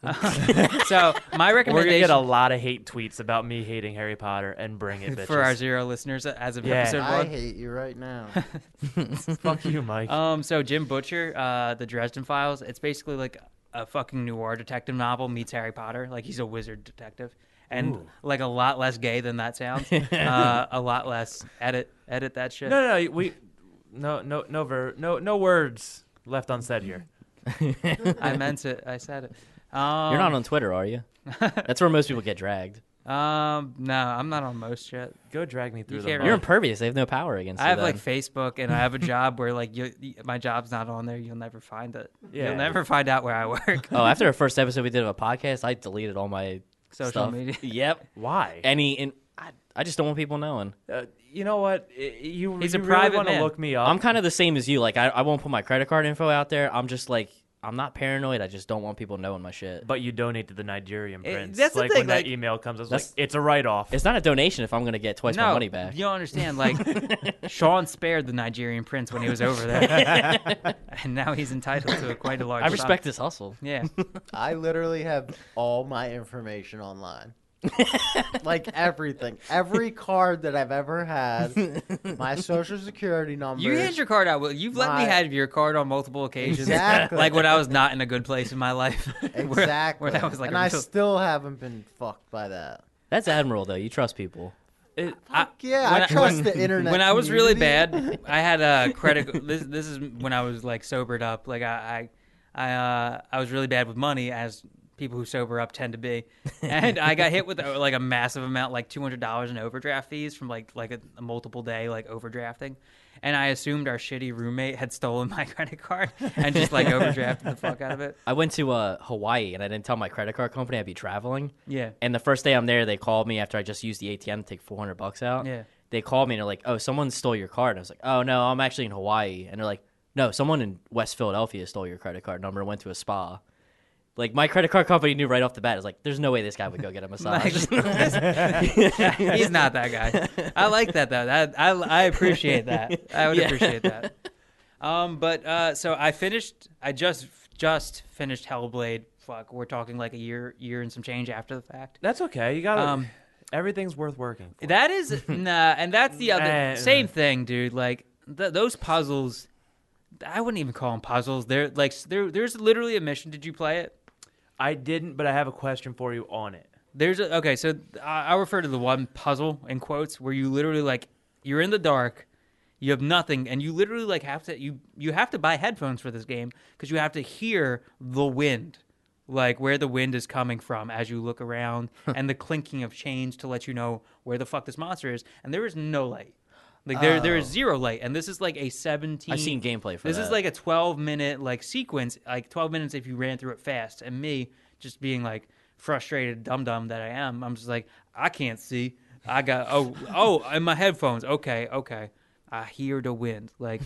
A: so my
C: we're gonna
A: recommendation
C: get a lot of hate tweets about me hating Harry Potter and bring it, bitches.
A: for our zero listeners as of
C: Yeah.
A: episode
E: I
A: one.
E: hate you right now.
C: Fuck you, Mike.
A: Um, so Jim Butcher, uh, the Dresden Files. It's basically like a fucking noir detective novel meets Harry Potter. Like he's a wizard detective, and like a lot less gay than that sounds. uh, a lot less edit edit that shit.
C: no, no, no, we, no, no, no, ver, no, no words left unsaid here.
A: I meant it. I said it. Um,
D: You're not on Twitter, are you? That's where most people get dragged.
A: Um, no, I'm not on most shit.
C: Go drag me through
A: You
C: the.
A: can't
C: mud.
D: You're impervious. They have no power against
A: Uh, I have
D: you.
A: like
D: then.
A: Facebook, and I have a job where like you, you- my job's not on there. You'll never find it.
C: Yeah.
A: You'll never find out where I work.
D: oh, after our first episode we did of a podcast, I deleted all my
A: Social
D: stuff.
A: media.
D: Yep.
C: Why?
A: Eh.
D: Any in. I, I just don't want people knowing.
C: Uh, you know what? I- You,
A: He's
C: you
A: a
C: really
A: private
C: wanna
A: man.
C: look me up.
D: I'm kind of the same as you. Like I, I won't put my credit card info out there. I'm just like I'm not paranoid. I just don't want people knowing my shit.
C: but you donate to the Nigerian
A: Eh,
C: prince.
A: that's the
C: like
A: thing,
C: when
A: like-
C: that email comes, I was like,
D: That's-
C: it's a write-off.
D: It's not a donation if I'm gonna get twice my money back.
A: You don't understand. Like Sean spared the Nigerian prince when he was over there, and now he's entitled to quite a large.
D: I respect this hustle.
A: Sum. Yeah,
E: I literally have all my information online. like everything, every card that I've ever had, my social security number.
A: you hand your card out. Will you've let
E: My-
A: me have your card on multiple occasions.
E: Exactly.
A: Like when I was not in a good place in my life. Where-
E: exactly.
A: Where, that was like.
E: and
A: a
E: I
A: real-
E: still haven't been fucked by that.
D: That's admirable though. You trust people.
A: it- I-
E: Fuck yeah,
A: when
E: I,
A: I-
E: trust
A: when-
E: the internet.
A: when I was really
E: community.
A: bad, I had a credit. this this is when I was like sobered up. Like I I I, uh, I was really bad with money, as people who sober up tend to be. And I got hit with uh, like a massive amount, like two hundred dollars in overdraft fees from like like a, a multiple day like overdrafting. And I assumed our shitty roommate had stolen my credit card and just like overdrafted the fuck out of it.
D: I went to uh, Hawaii and I didn't tell my credit card company I'd be traveling.
A: Yeah.
D: And the first day I'm there, they called me after I just used the ATM to take 400 bucks out.
A: Yeah.
D: They called me and they're like, "Oh, someone stole your card." And I was like, "Oh no, I'm actually in Hawaii." And they're like, "No, someone in West Philadelphia stole your credit card number and went to a spa." Like my credit card company knew right off the bat. It's like, there's no way this guy would go get a massage.
A: He's not that guy. I like that though. That I I appreciate that. I would
D: Yeah.
A: appreciate that. Um, but uh, so I finished. I just just finished Hellblade. Fuck, we're talking like a year year and some change after the fact.
C: That's okay. You gotta.
A: Um,
C: everything's worth working. for.
A: That is nah, and that's the other
D: Eh.
C: Nah.
A: same thing, dude. Like th- those puzzles, I wouldn't even call them puzzles. They're like s- there. There's literally a mission. Did you play it?
C: I didn't, but I have a question for you on it.
A: There's a, okay, so I, I refer to the one puzzle in quotes where you literally like you're in the dark, you have nothing, and you literally like have to you you have to buy headphones for this game because you have to hear the wind, like where the wind is coming from as you look around, and the clinking of chains to let you know where the fuck this monster is, and there is no light. Like there, there is zero light, and this is like a seventeen.
D: I've seen gameplay for
A: This is
D: that.
A: like a twelve minute like sequence, like twelve minutes if you ran through it fast. And me just being like frustrated, dum dum that I am. I'm just like I can't see. I got oh oh in my headphones. Okay okay. I hear the wind, like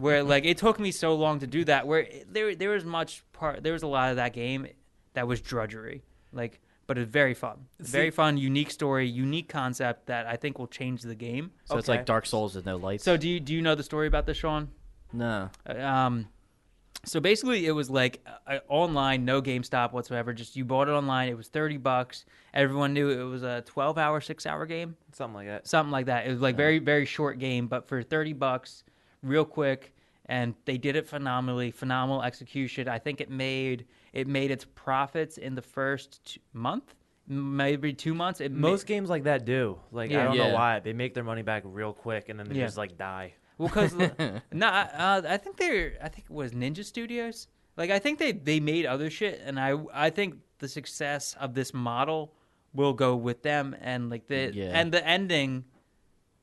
A: where like it took me so long to do that. Where it- there there was much part there was a lot of that game that was drudgery, like but it's very fun. very fun, unique story, unique concept that I think will change the game.
D: So it's
C: Okay.
D: like Dark Souls with no lights.
A: So do you do you know the story about this, Sean?
D: no.
A: um so basically it was like uh, online no gamestop whatsoever just you bought it online it was 30 bucks everyone knew it was a 12 hour 6 hour game
C: Something like that.
A: something like that it was like very very short game but for 30 bucks real quick and they did it phenomenally phenomenal execution i think it made it made its profits in the first t- month maybe two months it ma-
C: Most games like that do. Like
A: Yeah.
C: I don't
D: Yeah.
C: know why they make their money back real quick and then they
A: Yeah.
C: just like die.
A: Well, because no, uh, I think they're. I think it was Ninja Studios. Like I think they they made other shit, and I I think the success of this model will go with them, and like the
D: Yeah.
A: and the ending,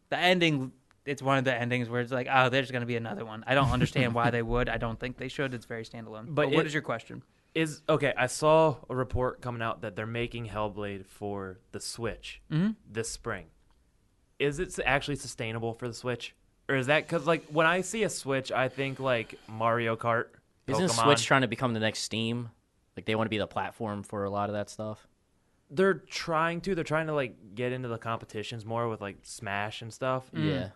A: the ending. It's one of the endings where it's like, oh, there's going to be another one. I don't understand why they would. I don't think they should. It's very standalone. But,
C: But
A: what
C: it-
A: is your question?
C: Is okay. I saw a report coming out that they're making Hellblade for the Switch
D: Mm-hmm.
C: this spring. Is it s- actually sustainable for the Switch, or is that because like when I see a Switch, I think like Mario Kart,
D: Isn't
C: Pokemon.
D: Switch trying to become the next Steam? Like they want to be the platform for a lot of that stuff.
C: they're trying to. They're trying to like get into the competitions more with like Smash and stuff.
D: Mm. Yeah.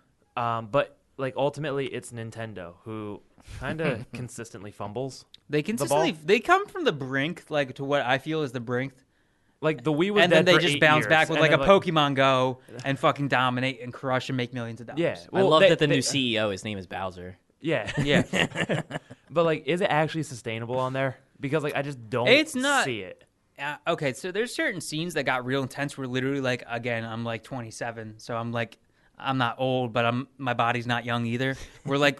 C: Um, but like ultimately, it's Nintendo who kind of consistently fumbles.
A: They consistently they come from the brink, like to what I feel is the brink,
C: Like the Wii was,
A: and then
C: dead
A: they
C: for
A: just
C: eight
A: bounce
C: years,
A: back with
C: and
A: like a
C: they're
A: Pokemon Go and fucking dominate and crush and make millions of dollars.
C: Yeah,
D: I
C: well,
D: love
C: they-
D: that the
C: they-
D: new CEO, his name is Bowser.
C: Yeah,
A: Yeah.
C: But like, is it actually sustainable on there? Because like, I just don't.
A: It's not-
C: see it.
A: uh, okay, so there's certain scenes that got real intense where literally like again, I'm like 27, so I'm like I'm not old, but I'm my body's not young either. We're like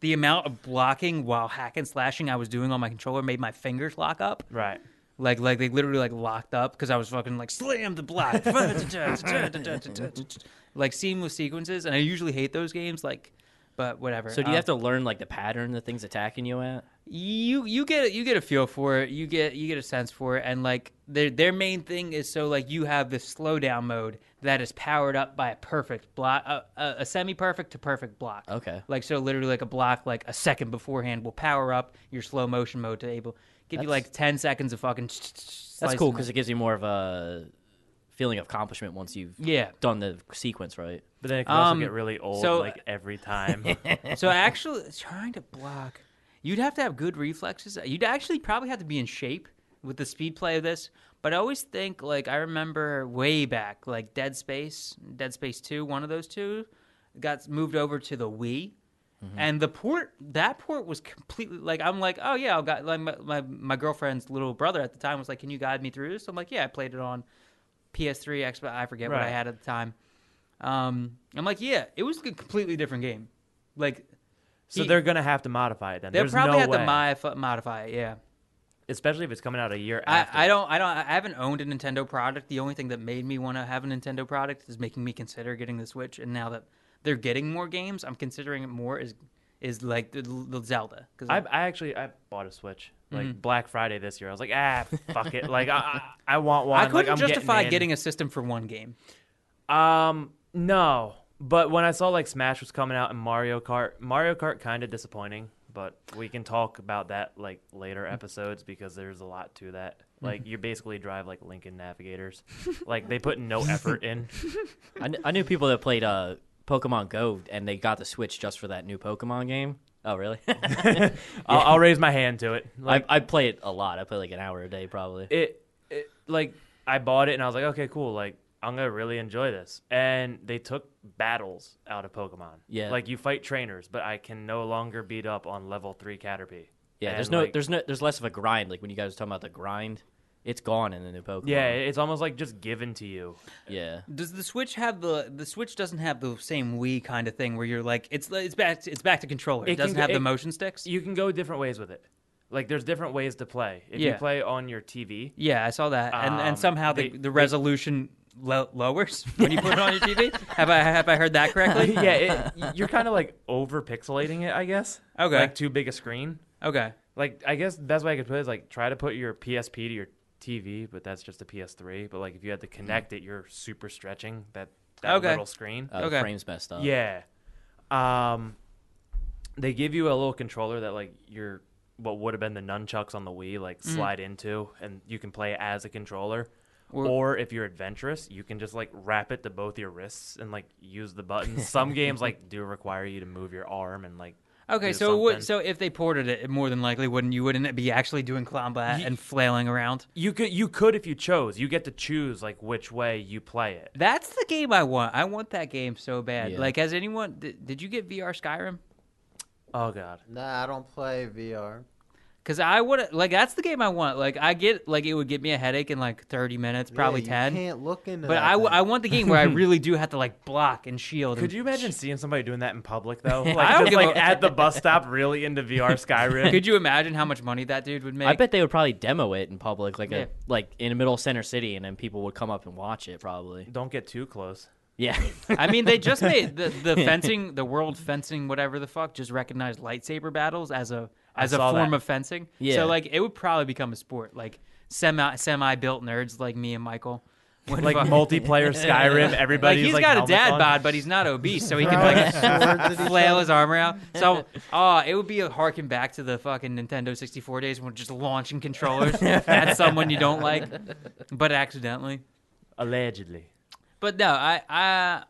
A: the amount of blocking while hack and slashing I was doing on my controller made my fingers lock up.
C: Right.
A: Like like they literally like locked up because I was fucking like slam the block, like seamless sequences, and I usually hate those games. Like, but whatever.
D: So do you
A: Um,
D: have to learn like the pattern the things attacking you at?
A: you you get you get a feel for it you get you get a sense for it and like their their main thing is so like you have this slowdown mode that is powered up by a perfect block a, a, a semi perfect to perfect block
D: Okay.
A: like so literally like a block like a second beforehand will power up your slow motion mode to able give you
D: That's-
A: like 10 seconds of fucking
D: That's cool because it gives you more of a feeling of accomplishment once you've
A: yeah
D: done the sequence right.
C: But then it can also
A: Um,
C: get really old,
A: so-
C: like every time.
A: so actually trying to block you'd have to have good reflexes you'd actually probably have to be in shape with the speed play of this but i always think like i remember way back like dead space dead space 2 one of those two got moved over to the wii and the port that port was completely like i'm like oh yeah i got like my, my, my girlfriend's little brother at the time was like can you guide me through this i'm like yeah i played it on ps3 xbox i forget what i
C: Right.
A: had at the time um, i'm like yeah it was a completely different game like
C: so
A: He-
C: they're gonna have to modify it then.
A: They'll
C: There's
A: probably
C: no
A: have
C: way,
A: to modify, modify it. Yeah,
C: especially if it's coming out a year after.
A: I, I don't, I don't, I haven't owned a Nintendo product. The only thing that made me want to have a Nintendo product is making me consider getting the Switch. And now that they're getting more games, I'm considering it more is is like the, the Zelda. Because
C: I, I actually I bought a Switch like
A: Mm-hmm.
C: Black Friday this year. I was like, ah, fuck it. Like I, I, I want one.
A: I
C: like,
A: couldn't
C: I'm
A: justify
C: getting, in.
A: getting a system for one game.
C: Um, no. But when I saw like Smash was coming out and Mario Kart, Mario Kart kind of disappointing. But we can talk about that like later
D: Mm.
C: episodes because there's a lot to that.
D: Mm-hmm.
C: Like you basically drive like Lincoln Navigators. like they put no effort in.
D: I, kn- I knew people that played uh, Pokemon Go and they got the Switch just for that new Pokemon game. Oh really?
C: I'll, I'll raise my hand to it. Like
D: I, I play it a lot. I play like an hour a day probably.
C: it, it, like I bought it and I was like, okay, cool. Like I'm gonna really enjoy this. And they took battles out of Pokemon.
D: Yeah.
C: Like you fight trainers, but I can no longer beat up on level three Caterpie.
D: Yeah,
C: And,
D: there's no,
C: like-
D: there's no, there's less of a grind. Like when you guys were talking about the grind, it's gone in the new Pokemon.
C: Yeah, it's almost like just given to you.
D: yeah.
A: Does the Switch have the the Switch doesn't have the same Wii kind of thing where you're like it's it's back to, it's back to controller. It,
C: It can
A: doesn't
C: go-
A: have the
C: it-
A: motion sticks.
C: You can go different ways with it. Like there's different ways to play. If
A: Yeah.
C: you play on your TV,
A: Yeah, I saw that, and
C: Um,
A: and somehow the
C: they-
A: the resolution lo- lowers when you put it on your TV. Have I have I heard that correctly?
C: yeah, it, y- you're kind of like over pixelating it, I guess.
A: Okay.
C: Like too big a screen.
A: Okay.
C: Like I guess the best way I could put it is like try to put your PSP to your TV, but that's just a PS3. But like if you had to connect it, you're super stretching that that
A: Mm. Okay.
C: little screen.
D: Uh, the
A: Okay.
D: frames messed up.
C: Yeah. Um, they give you a little controller that like your
A: Mm.
C: what would have been the nunchucks on the Wii like slide into, and you can play as a controller.
A: Or-
C: Or, if you're adventurous, you can just like wrap it to both your wrists and like use the buttons. Some games like do require you to move your arm and like.
A: Okay,
C: do
A: so it would,
C: something.
A: so if they ported it, it more than likely wouldn't you wouldn't be actually doing combat
C: Ye-
A: and flailing around.
C: you could you could if you chose. You get to choose like which way you play it.
A: That's the game I want. I want that game so bad.
D: Yeah.
A: Like, has anyone? Did, did you get VR Skyrim?
C: Oh god.
E: Nah, I don't play VR.
A: Because I would like that's the game I want. Like I get like it would give me a headache in like thirty minutes, probably
E: Yeah,
A: ten.
E: You can't look into.
A: But
E: that
A: I, w-
E: thing.
A: I want the game where I really do have to like block and shield.
C: Could
A: and-
C: you imagine seeing somebody doing that in public though? Like
A: I don't
C: just
A: give a-
C: like at the bus stop, really into VR Skyrim.
A: Could you imagine how much money that dude would make?
D: I bet they would probably demo it in public, like
A: Yeah.
D: a like in the middle of center city, and then people would come up and watch it. Probably.
C: Don't get too close.
D: Yeah.
A: I mean, they just made the, the fencing, the world fencing, whatever the fuck, just recognized lightsaber battles as a
C: I
A: as a
C: saw
A: form
C: that.
A: of fencing.
D: Yeah.
A: So like, it would probably become a sport. Like semi semi built nerds like me and Michael. would
C: Like
A: fuck-
C: multiplayer Skyrim,
A: Like
C: everybody's
A: he's
C: like
A: got a
C: helmets
A: dad
C: on.
A: bod, but he's not obese, so he can
E: Throwing
A: like
E: swords at each
A: flail
E: other.
A: his arm around. So, oh, it would be a harken back to the fucking Nintendo 64 days when we're just launching controllers at someone you don't like, but accidentally.
C: Allegedly.
A: But no, I, I,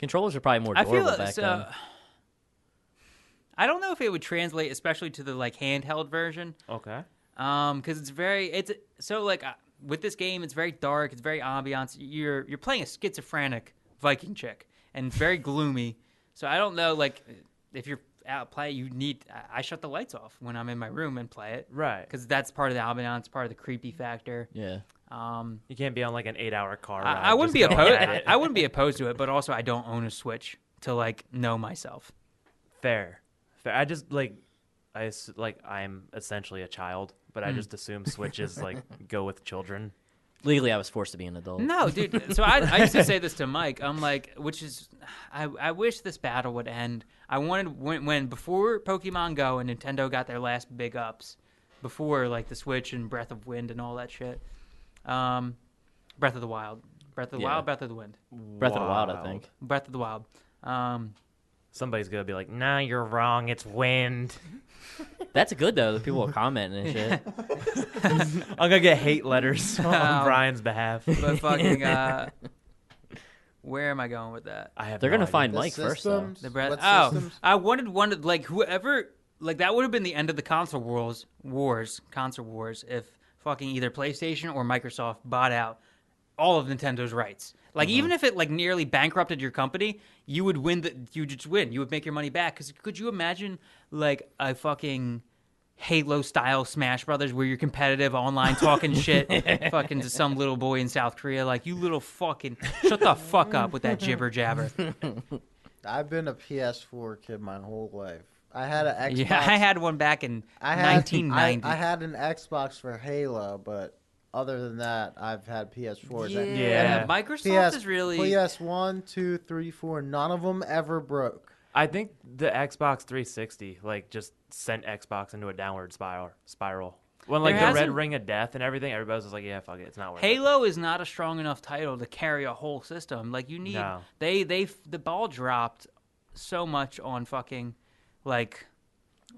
D: Controllers are probably more
A: I
D: durable
A: feel
D: back
A: so.
D: then.
A: I don't know if it would translate, especially to the like handheld version,
C: Okay.
A: because it's very it's so like uh, with this game, it's very dark, it's very ambiance. You're you're playing a schizophrenic Viking chick, and it's very gloomy. So I don't know, like if you're out play, you need I- I shut the lights off when I'm in my room and play it
C: Right.
A: because that's part of the ambiance, part of the creepy factor.
D: Yeah.
A: Um,
C: You can't be on like an eight-hour car ride.
A: I, I wouldn't
C: just
A: be
C: going
A: opposed.
C: at it.
A: I wouldn't be opposed to it, but also I don't own a Switch to like know myself.
C: Fair. Fair. I just like I ass- like I'm essentially a child, but
A: Hmm.
C: I just assume switches like go with children.
D: Legally, I was forced to be an adult.
A: No, dude. So I, I used to say this to Mike. I'm like, which is, I, I wish this battle would end. I wanted when, when before Pokemon Go and Nintendo got their last big ups, before like the Switch and Breath of Wind and all that shit. Um, Breath of the Wild, Breath of the
D: Yeah.
A: Wild, Breath of the Wind,
D: Breath of the Wild, I think.
A: Breath of the Wild. Um,
C: Somebody's gonna be like, "Nah, you're wrong. It's wind."
D: That's good though. The people are commenting and shit.
C: I'm gonna get hate letters
A: Um,
C: on Brian's behalf.
A: but fucking, uh, where am I going with that?
C: I have.
D: They're
C: no
D: gonna
C: idea.
D: find
E: The
D: Mike first though.
E: systems?
A: The breath.
E: What
A: oh,
E: systems?
A: I wanted one of like whoever like that would have been the end of the console wars wars console wars if fucking either PlayStation or Microsoft bought out all of Nintendo's rights. Like
E: Mm-hmm.
A: even if it like nearly bankrupted your company, you would win. The, you would just win. You would make your money back. Because could you imagine like a fucking Halo style Smash Brothers where you're competitive online talking shit fucking to some little boy in South Korea like you little fucking shut the fuck up with that jibber jabber.
E: I've been a PS4 kid my whole life. I had an Xbox.
A: Yeah, I had one back in
E: I had-
A: 1990.
E: I, I had an Xbox for Halo, but other than that, I've had PS4s.
A: yeah.
C: Yeah.
A: Microsoft
E: PS,
A: is really.
E: PS1, 2, 3, 4. None of them ever broke.
C: I think the Xbox 360 like just sent Xbox into a downward spiral. Spiral. When like
A: There
C: the Red
A: hasn't-
C: Ring of Death and everything, everybody's just like, "Yeah, fuck it. It's not worth it."
A: Halo is not a strong enough title to carry a whole system. Like you need
C: No.
A: they they f- the ball dropped so much on fucking like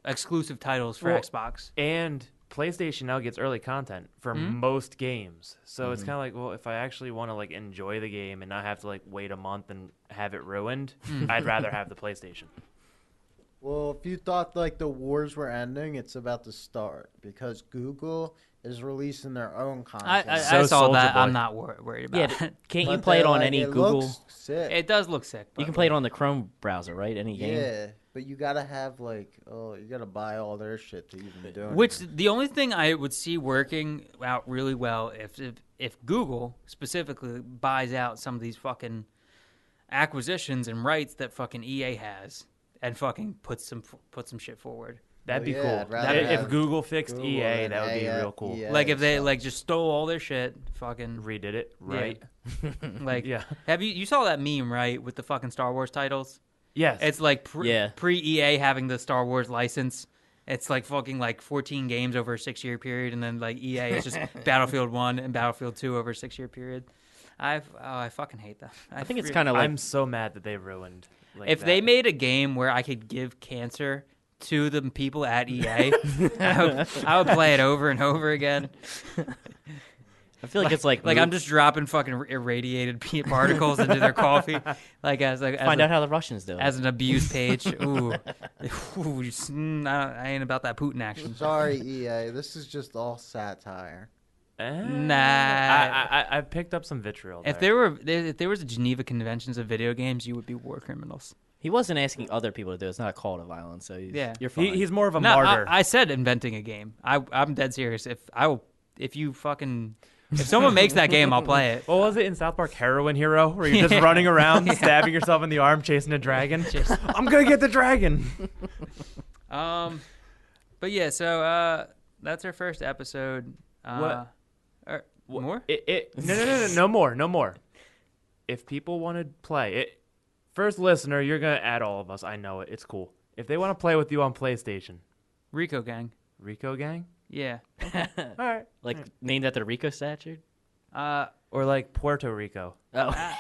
A: exclusive titles for
C: Well,
A: Xbox.
C: and PlayStation now gets early content for
A: Hmm?
C: most games. So it's kind of like, well, if I actually want to like enjoy the game and not have to like wait a month and have it ruined,
A: Hmm.
C: I'd rather have the PlayStation.
E: Well, if you thought like the wars were ending, it's about to start because Google is releasing their own
A: I,
E: content.
A: I,
C: So
A: I saw
C: Soulja
A: that.
C: Boy.
A: I'm not wor- worried about
D: Yeah,
A: it.
D: but can't
E: But
D: you play it
E: they're
D: on
E: like,
D: any
E: it
D: Google?
E: Looks sick.
A: It does look sick.
D: You can
A: but-
D: play it on the Chrome browser, right? Any game.
E: yeah, but you gotta have like oh, you gotta buy all their shit to even do it.
A: Which the only thing I would see working out really well if if, if Google specifically buys out some of these fucking acquisitions and rights that fucking EA has and fucking puts some put some shit forward.
C: That'd
E: Well,
C: be
E: Oh, yeah,
C: cool.
E: I'd rather
C: if
E: have
C: Google fixed
E: Google
C: EA,
E: than
C: that would be
E: AA,
C: real cool.
E: EA.
A: like if they
E: so-
A: like just stole all their shit, fucking
C: Redid it right.
A: like
C: Yeah.
A: Have you you saw that meme right with the fucking Star Wars titles?
C: Yes.
A: It's like pre
D: Yeah.
A: pre EA having the Star Wars license. It's like fucking like 14 games over a six year period, and then like EA is just Battlefield One and Battlefield Two over a six year period. I've oh, I fucking hate that.
D: I think it's kind of like
C: I'm so mad that they ruined. Like
A: if they
C: that.
A: made a game where I could give cancer to the people E at EA, I, would, I would play it over and over again.
D: I feel like, it's like
A: Like I'm just dropping fucking ir- irradiated pe- particles into their coffee, like as like as
D: find
A: a-
D: out how the Russians do. it.
A: as an abuse page. Ooh, Ooh you s- mm, I, I ain't about that Putin action.
E: Sorry, EA. This is just all satire.
C: Eh,
A: Nah.
C: I, I, I picked up some vitriol.
A: If there were if there was a Geneva Conventions of video games, you would be war criminals.
D: he wasn't asking other people to do it. It's not a call to violence. So he's,
A: Yeah.
D: you're fine.
C: he, he's more of a
A: No, I,
C: martyr.
A: I said inventing a game. I I'm dead serious. If I will, if you fucking if someone makes that game, I'll play it.
C: what was it in South Park, Heroin Hero, where you're just running around, stabbing yourself in the arm, chasing a dragon? I'm gonna get the dragon.
A: Um, but yeah, so uh, that's our first episode. Uh,
C: What-
A: or more?
C: It, it, no, no, no, no, no more, no more. If people want to play it, first listener, you're gonna add all of us. I know it. It's cool. If they want to play with you on PlayStation,
A: Rico Gang.
C: Rico Gang,
A: Yeah.
C: all right,
D: like named after the Rico statue.
A: Uh,
C: or like Puerto Rico.
D: Oh,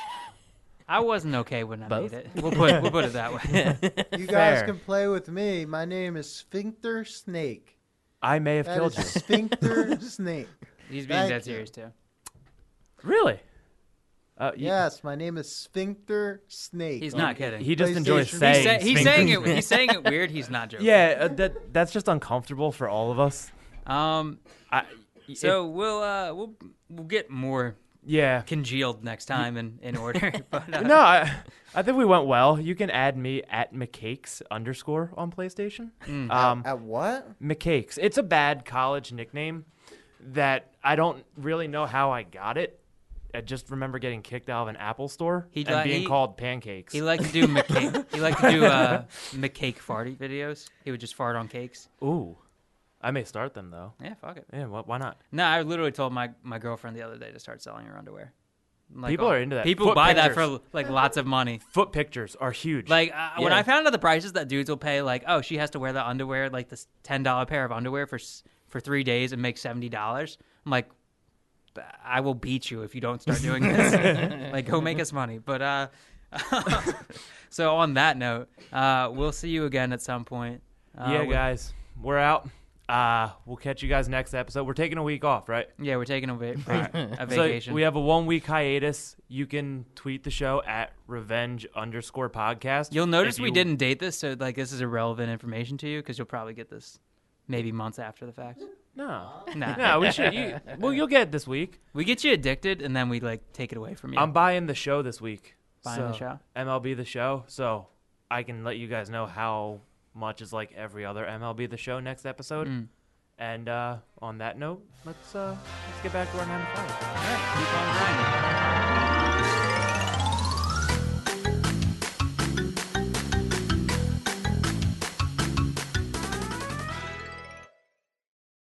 A: I wasn't okay when I
D: Both?
A: made it. We'll put we'll put it that way.
E: You guys
C: Fair.
E: can play with me. My name is Sphincter Snake.
C: I may have
E: That
C: killed
E: is Sphincter Snake.
A: He's being
E: Thank
A: dead
E: you.
A: serious too.
C: you. Really? Uh, you-
E: Yes, my name is Sphincter Snake.
A: He's not kidding.
C: He just enjoys
E: PlayStation.
C: saying.
A: he's, say, he's
C: sphincter.
A: saying it. He's saying it weird. He's not joking.
C: Yeah, uh, that that's just uncomfortable for all of us.
A: Um.
C: I,
A: So we'll uh we'll we'll get more
C: yeah.
A: congealed next time in in order. But uh,
C: No, I, I think we went well. You can add me at McCakes underscore on PlayStation.
A: Hmm.
C: Um,
E: At what?
C: McCakes. It's a bad college nickname that I don't really know how I got it. I just remember getting kicked out of an Apple store
A: He
C: and
A: li-
C: being
A: he-
C: called pancakes.
A: He liked to do McCake. he liked to do uh, McCake farty videos. He would just fart on cakes.
C: Ooh, I may start them though.
A: Yeah, fuck it.
C: Yeah, wh- why not?
A: No, I literally told my, my girlfriend the other day to start selling her underwear. Like,
C: People
A: oh,
C: are into that.
A: People
C: Foot
A: buy that
C: pictures.
A: for like lots of money.
C: Foot pictures are huge.
A: Like uh, when
C: Yeah.
A: I found out the prices that dudes will pay, like oh she has to wear the underwear, like this ten dollar pair of underwear for s- for three days and make seventy dollars. I'm like, I will beat you if you don't start doing this. like go make us money. But uh, so on that note, uh, we'll see you again at some point. Uh,
C: yeah,
A: with-
C: guys, we're out. Uh, we'll catch you guys next episode. We're taking a week off, right?
A: Yeah, we're taking a, va- a
C: So
A: vacation.
C: we have a one week hiatus. You can tweet the show at revenge underscore podcast.
A: You'll
C: if
A: notice we
C: you-
A: didn't date this, so like this is irrelevant information to you because you'll probably get this maybe months after the fact.
C: No,
A: Nah,
C: no, we should. You, well, you'll get it this week.
A: we get you addicted and then we like take it away from you.
C: I'm buying the show this week.
A: Buying the
C: So,
A: show?
C: MLB the show. So I can let you guys know how much is like every other MLB the show next episode.
A: Mm.
C: And uh, on that note, let's uh, let's get back to our nine to five.
A: All right, keep on grinding.